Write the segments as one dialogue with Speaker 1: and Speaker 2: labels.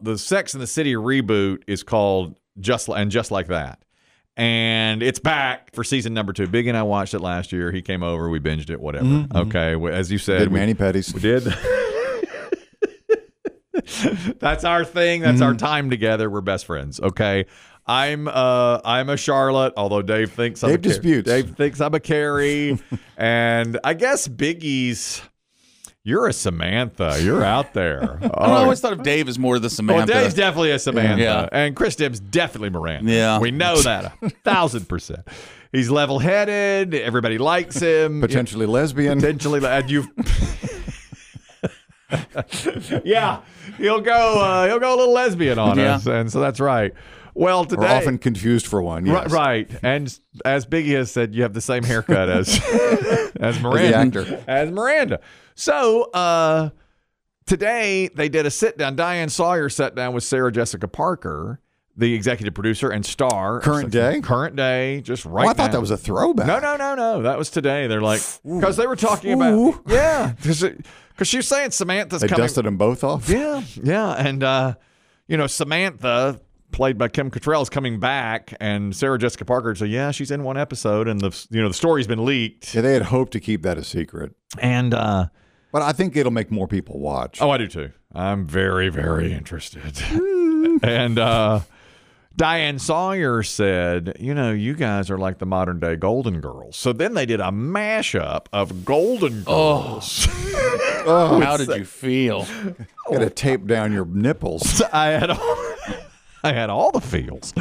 Speaker 1: the Sex and the City reboot is called Just Li- and Just Like That. And it's back for season number two. Big and I watched it last year. He came over. We binged it. Whatever. Okay. well, As you said,
Speaker 2: Mm-hmm, Good
Speaker 1: we-
Speaker 2: Manny Petties.
Speaker 1: we did. That's our thing. That's
Speaker 2: Mm-hmm.
Speaker 1: our time together. We're best friends. Okay. I'm uh I'm a Charlotte, although Dave thinks I'm
Speaker 2: Dave
Speaker 1: a Car-
Speaker 2: disputes.
Speaker 1: Dave thinks I'm a Carrie, and I guess Biggie's. You're a Samantha. You're out there.
Speaker 3: I don't know, I always thought of Dave as more the
Speaker 1: well,
Speaker 3: Samantha.
Speaker 1: Dave's definitely a Samantha,
Speaker 3: Yeah.
Speaker 1: and Chris Dibb's definitely Miranda.
Speaker 3: Yeah.
Speaker 1: we know that a thousand percent. He's level-headed. Everybody likes him. You
Speaker 2: Potentially lesbian.
Speaker 1: potentially and you yeah he'll go uh, he'll go a little lesbian on
Speaker 3: Yeah.
Speaker 1: us and so that's right well
Speaker 2: We're
Speaker 1: today
Speaker 2: often confused for one.
Speaker 1: Ri-
Speaker 2: Yes.
Speaker 1: right and as biggie has said you have the same haircut as as miranda
Speaker 2: actor.
Speaker 1: as miranda so uh today they did a sit down diane sawyer sat down with sarah jessica parker the executive producer and star
Speaker 2: Current day?
Speaker 1: current day just right
Speaker 2: Oh, I thought
Speaker 1: now.
Speaker 2: that was a throwback.
Speaker 1: No, no, no, no. That was today. They're like, because they were talking
Speaker 2: Ooh.
Speaker 1: about, yeah, because she was saying Samantha's
Speaker 2: They
Speaker 1: coming.
Speaker 2: dusted them both off.
Speaker 1: Yeah, yeah, and uh, you know Samantha, played by Kim Cattrall, is coming back, and Sarah Jessica Parker. So yeah, she's in one episode, and the you know the story's been leaked,
Speaker 2: Yeah, they had hoped to keep that a secret,
Speaker 1: and uh,
Speaker 2: but I think it'll make more people watch.
Speaker 1: oh, I do too. I'm very, very interested, and. uh Diane Sawyer said, You know, you guys are like the modern day Golden Girls. So then they did a mashup of Golden Girls.
Speaker 3: Oh, How did you feel?
Speaker 2: Got to tape down your nipples.
Speaker 1: I had all, I had all the feels,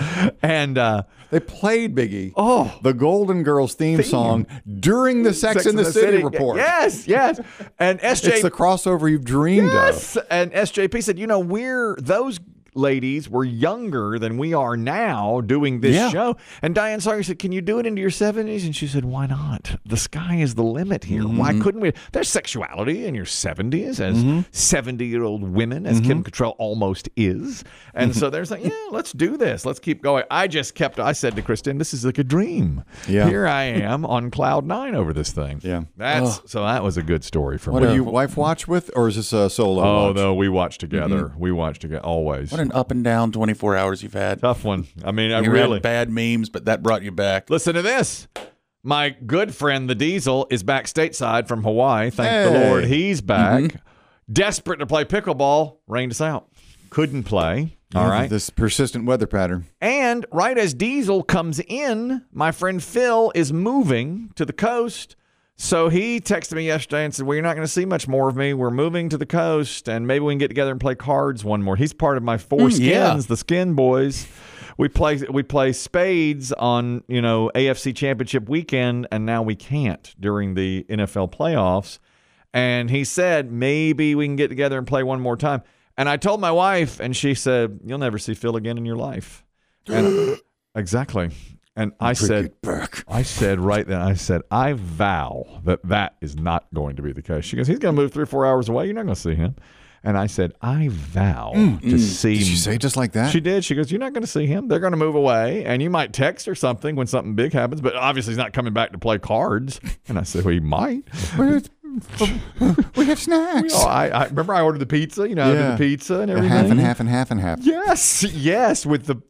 Speaker 1: and uh,
Speaker 2: They played Biggie.
Speaker 1: Oh.
Speaker 2: the Golden Girls theme, song during the Sex, in the, City, report.
Speaker 1: Yes, yes, and
Speaker 2: it's
Speaker 1: SJ
Speaker 2: the crossover you've dreamed of.
Speaker 1: yes, and SJP said, you know, we're those ladies were younger than we are now doing this
Speaker 2: Yeah.
Speaker 1: show. And Diane Sawyer said, "Can you do it into your 70s? And she said, "Why not? The sky is the limit here.
Speaker 2: Mm-hmm.
Speaker 1: Why couldn't we? There's sexuality in your 70s as 70-year-old women as
Speaker 2: Mm-hmm.
Speaker 1: Kim Cattrall almost is." And so there's like, "Yeah, let's do this. Let's keep going." I just kept I said to Kristen, "This is like a dream.
Speaker 2: Yeah.
Speaker 1: Here I am on cloud 9 over this thing."
Speaker 2: Yeah.
Speaker 1: That's so that was a good story for
Speaker 2: What
Speaker 1: me.
Speaker 2: do you wife watch with, or is this a solo?
Speaker 1: Oh
Speaker 2: watch?
Speaker 1: no, we watch together. We watch together always.
Speaker 3: Mm-hmm. What an up and down 24 hours you've had.
Speaker 1: Tough one. I mean, I
Speaker 3: You
Speaker 1: Uh, really
Speaker 3: had bad memes, but that brought you back.
Speaker 1: listen to this. My good friend the Diesel is back stateside from Hawaii. Thank the
Speaker 2: Hey.
Speaker 1: Lord, he's back.
Speaker 3: Mm-hmm.
Speaker 1: Desperate to play pickleball, rained us out. Couldn't play. All
Speaker 2: Yeah,
Speaker 1: right.
Speaker 2: This persistent weather pattern.
Speaker 1: And right as Diesel comes in, my friend Phil is moving to the coast. So he texted me yesterday and said, Well, you're not going to see much more of me. We're moving to the coast and maybe we can get together and play cards one more. He's part of my four skins,
Speaker 3: yeah.
Speaker 1: the skin boys. We play we play spades on, you know, AFC championship weekend, and now we can't during the NFL playoffs. And he said, maybe we can get together and play one more time. And I told my wife, and she said, You'll never see Phil again in your life. And, exactly. And I said, I said right then, I said, I vow that that is not going to be the case. She goes, He's going to move three or four hours away. You're not going to see him. And I said, I vow to see
Speaker 2: Mm. Did she say it just like that?
Speaker 1: she did. She goes, You're not going to see him. They're going to move away, and you might text or something when something big happens, but obviously he's not coming back to play cards. And I said, Well, he might.
Speaker 2: we have snacks.
Speaker 1: Oh, I, I remember I ordered the pizza, you know, I did
Speaker 2: Yeah.
Speaker 1: the pizza and
Speaker 2: half
Speaker 1: everything.
Speaker 2: and half and half and half.
Speaker 1: Yes, yes, with the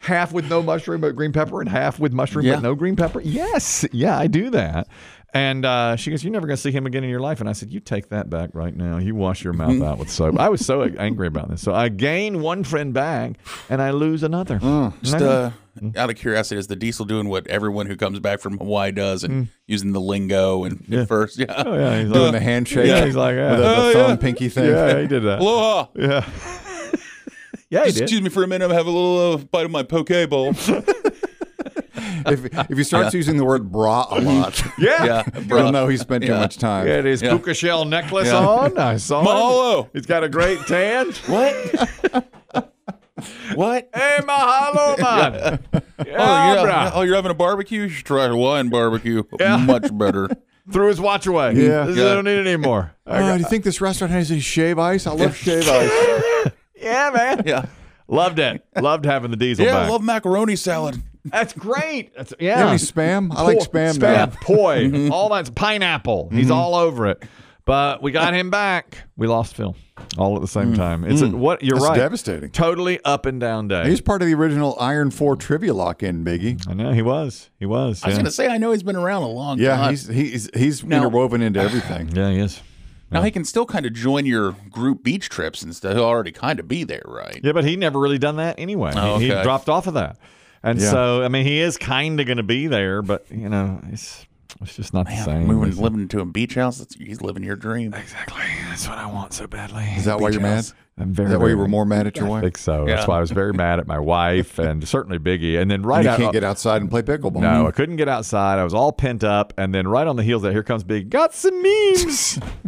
Speaker 1: half with no mushroom but green pepper and half with mushroom
Speaker 3: Yeah.
Speaker 1: but no green pepper. Yes, yeah, I do that. And uh, she goes, "You're never going to see him again in your life." And I said, "You take that back right now. You wash your mouth out with soap." I was so angry about this. So I gain one friend back, and I lose another.
Speaker 3: Just uh,
Speaker 1: mm-hmm.
Speaker 3: out of curiosity, is the diesel doing what everyone who comes back from Hawaii does and using the lingo and at first? Yeah.
Speaker 1: oh Mm. yeah, he's
Speaker 2: Doing
Speaker 1: like,
Speaker 2: the handshake.
Speaker 1: Yeah, he's like,
Speaker 2: with the,
Speaker 1: "Ah,
Speaker 2: the
Speaker 1: yeah."
Speaker 2: thumb pinky thing.
Speaker 1: yeah, he did that.
Speaker 3: Aloha.
Speaker 1: Yeah, yeah, he
Speaker 3: Just
Speaker 1: did.
Speaker 3: excuse me for a minute. I'm having a little uh, bite of my poke bowl. Oh,
Speaker 2: If, if he starts using the word bra a lot,
Speaker 1: Yeah.
Speaker 3: yeah.
Speaker 2: you'll
Speaker 3: Bro.
Speaker 2: know he spent too
Speaker 3: Yeah.
Speaker 2: much time.
Speaker 1: Got his
Speaker 3: Yeah.
Speaker 1: puka shell necklace
Speaker 3: Yeah.
Speaker 1: on. I saw it.
Speaker 3: Mahalo.
Speaker 1: He's got a great tan.
Speaker 3: What? what?
Speaker 1: Hey, mahalo, man.
Speaker 3: Oh,
Speaker 1: Yeah,
Speaker 3: you're,
Speaker 1: brah.
Speaker 3: oh, you're having a barbecue? You should try Hawaiian barbecue. Much better.
Speaker 1: Threw his watch away.
Speaker 2: Yeah.
Speaker 1: He said, I don't need it anymore.
Speaker 2: Oh, do you think this restaurant has any shave ice? I love shave ice.
Speaker 1: yeah, man.
Speaker 3: Yeah.
Speaker 1: Loved it. Loved having the diesel
Speaker 3: Yeah,
Speaker 1: back.
Speaker 3: I love macaroni salad.
Speaker 1: That's great. That's
Speaker 2: You have
Speaker 1: yeah.
Speaker 2: any spam? I like
Speaker 1: Poi-
Speaker 2: spam,
Speaker 1: Spam, poi,
Speaker 2: now.
Speaker 1: all that's pineapple. He's all over it. But we got him back. We lost Phil all at the same time. It's a, what you're
Speaker 2: That's
Speaker 1: right.
Speaker 2: devastating.
Speaker 1: Totally up and down day.
Speaker 2: He's part of the original Iron Four trivia lock in, Biggie.
Speaker 1: I know he was. He was.
Speaker 3: I was
Speaker 1: yeah.
Speaker 3: going to say, I know he's been around a long
Speaker 2: Yeah,
Speaker 3: time.
Speaker 2: he's he's he's
Speaker 3: Now-
Speaker 2: interwoven into everything.
Speaker 1: yeah, he is.
Speaker 3: now he can still kind of join your group beach trips and stuff. He'll already kind of be there, right?
Speaker 1: Yeah, but he never really done that anyway.
Speaker 3: Oh,
Speaker 1: he, he
Speaker 3: okay.
Speaker 1: dropped off of that, and
Speaker 2: Yeah.
Speaker 1: so I mean, he is kind of going to be there, but you know, it's it's just not the
Speaker 3: Yeah,
Speaker 1: same.
Speaker 3: moving,
Speaker 1: It's-
Speaker 3: living to a beach house. That's, he's living your dream.
Speaker 1: exactly. That's what I want so badly.
Speaker 2: Is that why you're mad? Is
Speaker 3: Because-
Speaker 1: I'm very.
Speaker 2: that why you were
Speaker 1: very-
Speaker 2: more mad at your
Speaker 1: I
Speaker 2: wife?
Speaker 1: think so. That's
Speaker 3: Yeah.
Speaker 1: why I was very mad at my wife and certainly Biggie. And then right
Speaker 2: And you
Speaker 1: out,
Speaker 2: can't get Mm-hmm. outside and play pickleball.
Speaker 3: Hmm.
Speaker 1: no, I couldn't get outside. I was all pent up, and then right on the heels of that, here comes Big. Got some memes.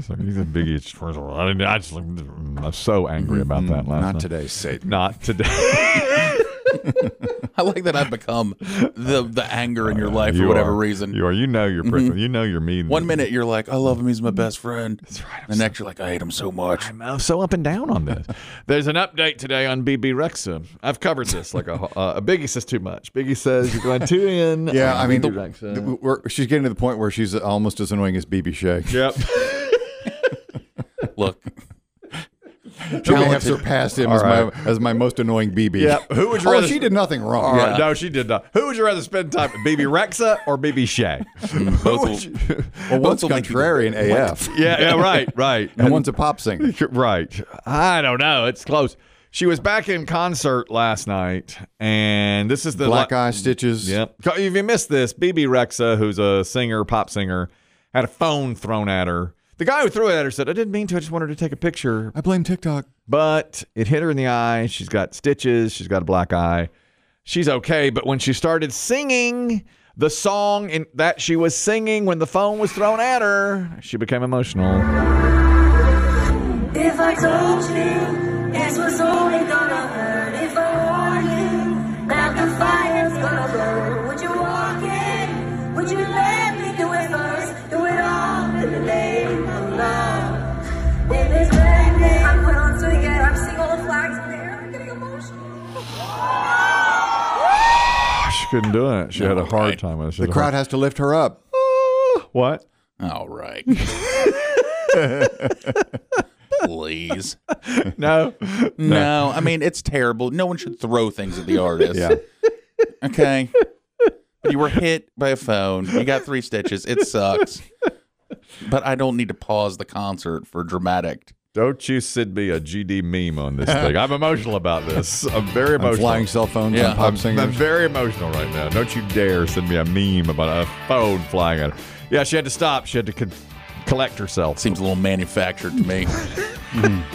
Speaker 1: so he's a Biggie. It's- I didn't- I just, I'm so angry about that last
Speaker 2: Mm-hmm. not
Speaker 1: night.
Speaker 2: today, Satan.
Speaker 1: Not today.
Speaker 3: I like that I've become the the anger in your life
Speaker 1: Uh, You
Speaker 3: for whatever
Speaker 1: are-
Speaker 3: reason. Mm-hmm.
Speaker 1: You are. You know you're. Pretty, You know you're mean.
Speaker 3: One minute you're like, I love him, he's my best friend. That's
Speaker 1: right, I'm
Speaker 3: The next you're like, I hate him so much.
Speaker 1: I'm uh, so up and down on this. There's an update today on BB Rexa. I've covered this. Like a, uh, a Biggie says too much. Biggie says you're going too in.
Speaker 2: Yeah, I mean, the,
Speaker 1: BB Rexa.
Speaker 2: the- we're, she's getting to the point where she's almost as annoying as BB Shay.
Speaker 1: yep.
Speaker 3: Look,
Speaker 2: She may have surpassed him as,
Speaker 1: All
Speaker 2: my, as my most annoying BB.
Speaker 1: Yep. Who would you
Speaker 2: oh,
Speaker 1: rather-
Speaker 2: she did nothing
Speaker 1: All
Speaker 2: wrong.
Speaker 1: right,
Speaker 3: Yeah.
Speaker 1: No, she did not. Who would you rather spend time with, BB Rexa or BB Shay?
Speaker 3: both will-
Speaker 2: Well, one's
Speaker 3: will make you-
Speaker 2: contrarian AF,
Speaker 1: yeah, yeah, right, right.
Speaker 2: and one's a pop singer.
Speaker 1: Right. I don't know. It's close. She was back in concert last night, and this is the
Speaker 2: Black eye stitches.
Speaker 1: Yep. If you missed this, BB Rexa, who's a singer, pop singer, had a phone thrown at her. The guy who threw it at her said, I didn't mean to. I just wanted to take a picture.
Speaker 2: I blame TikTok.
Speaker 1: Uh-huh. But it hit her in the eye. She's got stitches. She's got a black eye. She's okay. But when she started singing the song in, that she was singing when the phone was thrown at her, she became emotional.
Speaker 4: If I told you this was only gonna hurt, if I warned you that the fire's gonna burn, would you walk in? Would you let me do it first? Do it all in the name of love. If it's raining, I put on swing and I'm seeing all the flags in the air. I'm getting emotional.
Speaker 1: She couldn't do it. She had a hard
Speaker 3: right.
Speaker 1: time with it. She
Speaker 2: The
Speaker 1: had a hard-
Speaker 2: crowd has to lift her up.
Speaker 1: What?
Speaker 3: all right. Please.
Speaker 1: No.
Speaker 3: No, I mean, it's terrible. No one should throw things at the artist.
Speaker 2: Yeah.
Speaker 3: Okay. But you were hit by a phone. You got three stitches. It sucks. But I don't need to pause the concert for dramatic.
Speaker 1: Don't you send me a GD meme on this thing. I'm emotional about this. I'm very
Speaker 2: On
Speaker 1: emotional.
Speaker 2: flying cell phones
Speaker 3: Yeah,
Speaker 2: on pop
Speaker 1: Oh, I'm, I'm
Speaker 2: singers.
Speaker 1: very emotional right now. Don't you dare send me a meme about a phone flying at her. Yeah, she had to stop. She had to con- collect herself.
Speaker 3: Seems a little manufactured to me.